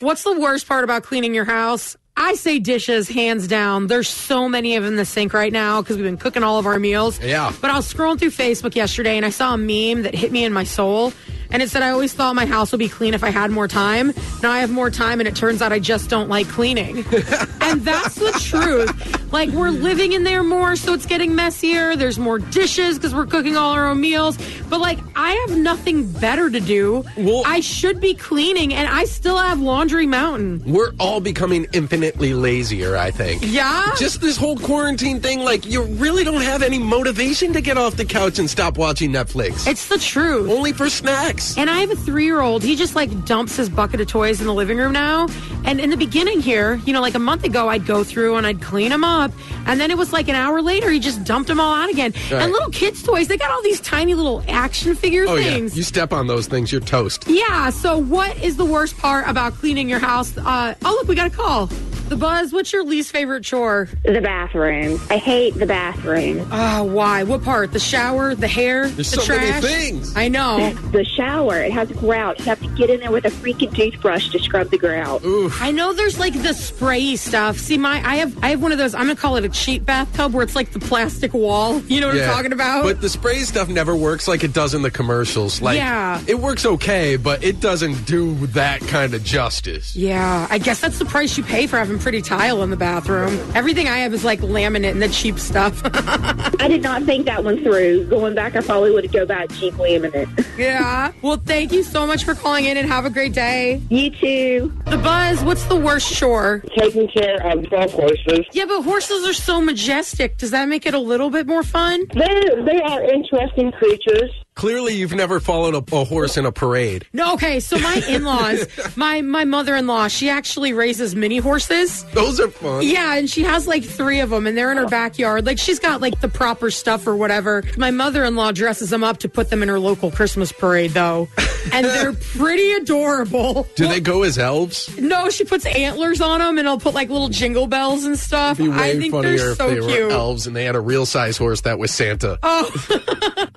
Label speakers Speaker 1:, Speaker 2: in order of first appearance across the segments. Speaker 1: What's the worst part about cleaning your house? I say dishes, hands down. There's so many of them in the sink right now because we've been cooking all of our meals.
Speaker 2: Yeah.
Speaker 1: But I was scrolling through Facebook yesterday and I saw a meme that hit me in my soul. And it said, I always thought my house would be clean if I had more time. Now I have more time, and it turns out I just don't like cleaning. and that's the truth. Like, we're living in there more, so it's getting messier. There's more dishes because we're cooking all our own meals. But, like, I have nothing better to do.
Speaker 2: Well-
Speaker 1: I should be cleaning, and I still have Laundry Mountain.
Speaker 2: We're all becoming infinitely lazier, I think.
Speaker 1: Yeah?
Speaker 2: Just this whole quarantine thing, like, you really don't have any motivation to get off the couch and stop watching Netflix.
Speaker 1: It's the truth.
Speaker 2: Only for snacks.
Speaker 1: And I have a three year old. He just like dumps his bucket of toys in the living room now. And in the beginning here, you know, like a month ago, I'd go through and I'd clean them up. And then it was like an hour later, he just dumped them all out again.
Speaker 2: Right.
Speaker 1: And little kids' toys, they got all these tiny little action figure
Speaker 2: oh,
Speaker 1: things.
Speaker 2: yeah. You step on those things, you're toast.
Speaker 1: yeah. So, what is the worst part about cleaning your house? Uh, oh, look, we got a call. The Buzz, what's your least favorite chore?
Speaker 3: The bathroom. I hate the bathroom.
Speaker 1: Oh, why? What part? The shower, the hair,
Speaker 2: There's
Speaker 1: the
Speaker 2: so many
Speaker 1: trash?
Speaker 2: things.
Speaker 1: I know.
Speaker 3: The shower, it has a grout. You have to get in there with a freaking toothbrush to scrub the grout.
Speaker 1: I know there's like the sprayy stuff. See, my I have I have one of those. I'm gonna call it a cheap bathtub where it's like the plastic wall. You know what I'm talking about?
Speaker 2: But the spray stuff never works like it does in the commercials. Like,
Speaker 1: Yeah.
Speaker 2: it works okay, but it doesn't do that kind of justice.
Speaker 1: yeah, I guess that's the price you pay for having pretty tile in the bathroom. Everything I have is like laminate and the cheap stuff.
Speaker 3: I did not think that one through. Going back, I probably would go back cheap laminate.
Speaker 1: yeah. Well, thank you so much for calling in and have a great day.
Speaker 3: You too.
Speaker 1: The buzz. What's the worst chore?
Speaker 4: taking care of golf horses.
Speaker 1: Yeah, but horses are so majestic. Does that make it a little bit more fun?
Speaker 4: They they are interesting creatures.
Speaker 2: Clearly, you've never followed a, a horse in a parade.
Speaker 1: No. Okay. So my in-laws, my my mother-in-law, she actually raises mini horses.
Speaker 2: Those are fun.
Speaker 1: Yeah, and she has like three of them, and they're in her backyard. Like she's got like the proper stuff or whatever. My mother-in-law dresses them up to put them in her local Christmas parade, though, and they're pretty adorable.
Speaker 2: Do they go as elves?
Speaker 1: No, she puts antlers on them, and I'll put like little jingle bells and stuff.
Speaker 2: It'd be way
Speaker 1: I think
Speaker 2: funnier
Speaker 1: they're
Speaker 2: if
Speaker 1: so
Speaker 2: they were
Speaker 1: cute.
Speaker 2: elves and they had a real size horse that was Santa.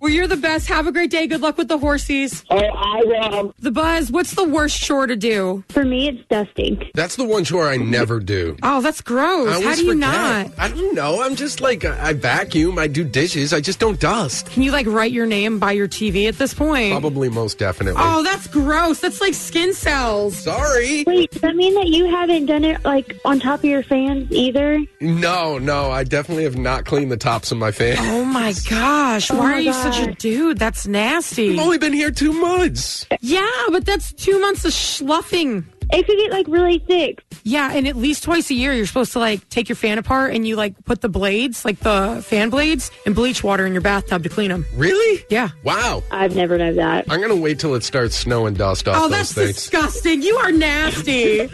Speaker 1: Well, you're the best. Have a great day. Good luck with the horsies.
Speaker 4: Oh, I um,
Speaker 1: The buzz. What's the worst chore to do?
Speaker 3: For me, it's dusting.
Speaker 2: That's the one chore I never do.
Speaker 1: Oh, that's
Speaker 2: I
Speaker 1: gross. How
Speaker 2: always
Speaker 1: do you
Speaker 2: forget.
Speaker 1: not?
Speaker 2: I don't know. I'm just like I I vacuum. I do dishes. I just don't dust.
Speaker 1: Can you like write your name by your TV at this point?
Speaker 2: Probably most definitely.
Speaker 1: Oh, that's gross. That's like skin cells.
Speaker 2: Sorry.
Speaker 3: Wait, does that mean that you haven't done it like on top of your fans either?
Speaker 2: No, no. I definitely have not cleaned the tops of my fan.
Speaker 1: Oh my gosh, why
Speaker 3: my
Speaker 1: are you such a
Speaker 3: God.
Speaker 1: dude? That's nasty.
Speaker 2: I've only been here two months.
Speaker 1: Yeah, but that's two months of schluffing.
Speaker 3: It could get like really thick.
Speaker 1: Yeah, and at least twice a year, you're supposed to like take your fan apart and you like put the blades, like the fan blades, and bleach water in your bathtub to clean them.
Speaker 2: Really?
Speaker 1: Yeah.
Speaker 2: Wow.
Speaker 3: I've never known that.
Speaker 2: I'm gonna wait till it starts snow and dust off
Speaker 1: Oh,
Speaker 2: those
Speaker 1: that's
Speaker 2: things.
Speaker 1: disgusting. You are nasty.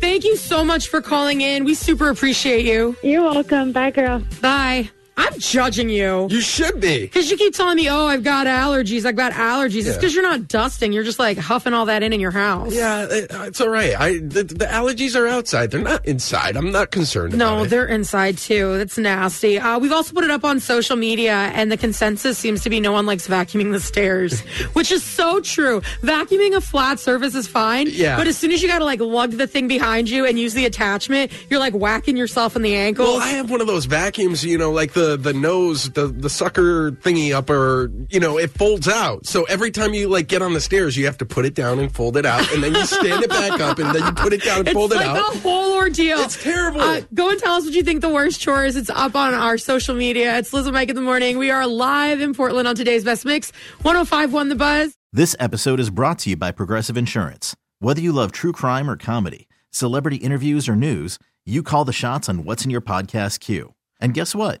Speaker 1: Thank you so much for calling in. We super appreciate you.
Speaker 3: You're welcome. Bye, girl.
Speaker 1: Bye. I'm judging you.
Speaker 2: you should be.
Speaker 1: Because you keep telling me, oh, I've got allergies. I've got allergies. It's
Speaker 2: Yeah.
Speaker 1: because you're not dusting. You're just like huffing all that in in your house.
Speaker 2: Yeah, it- it's all right. I the, the allergies are outside. They're not inside. I'm not concerned
Speaker 1: No,
Speaker 2: about it.
Speaker 1: they're inside too. That's nasty. Uh, we've also put it up on social media, and the consensus seems to be no one likes vacuuming the stairs, which is so true. Vacuuming a flat surface is fine.
Speaker 2: Yeah.
Speaker 1: But as soon as you got to like lug the thing behind you and use the attachment, you're like whacking yourself in the ankle.
Speaker 2: Well, I have one of those vacuums, you know, like the the nose, the the sucker thingy upper, you know, it folds out. So every time you like get on the stairs, you have to put it down and fold it out, and then you stand it back up, and then you put it down and
Speaker 1: it's
Speaker 2: fold
Speaker 1: like
Speaker 2: it out.
Speaker 1: a whole ordeal.
Speaker 2: It's terrible.
Speaker 1: Uh, go and tell us what you think the worst chore is. It's up on our social media. It's Liz and Mike in the morning. We are live in Portland on today's Best Mix. 1051 The Buzz.
Speaker 5: This episode is brought to you by Progressive Insurance. Whether you love true crime or comedy, celebrity interviews or news, you call the shots on what's in your podcast queue. And guess what?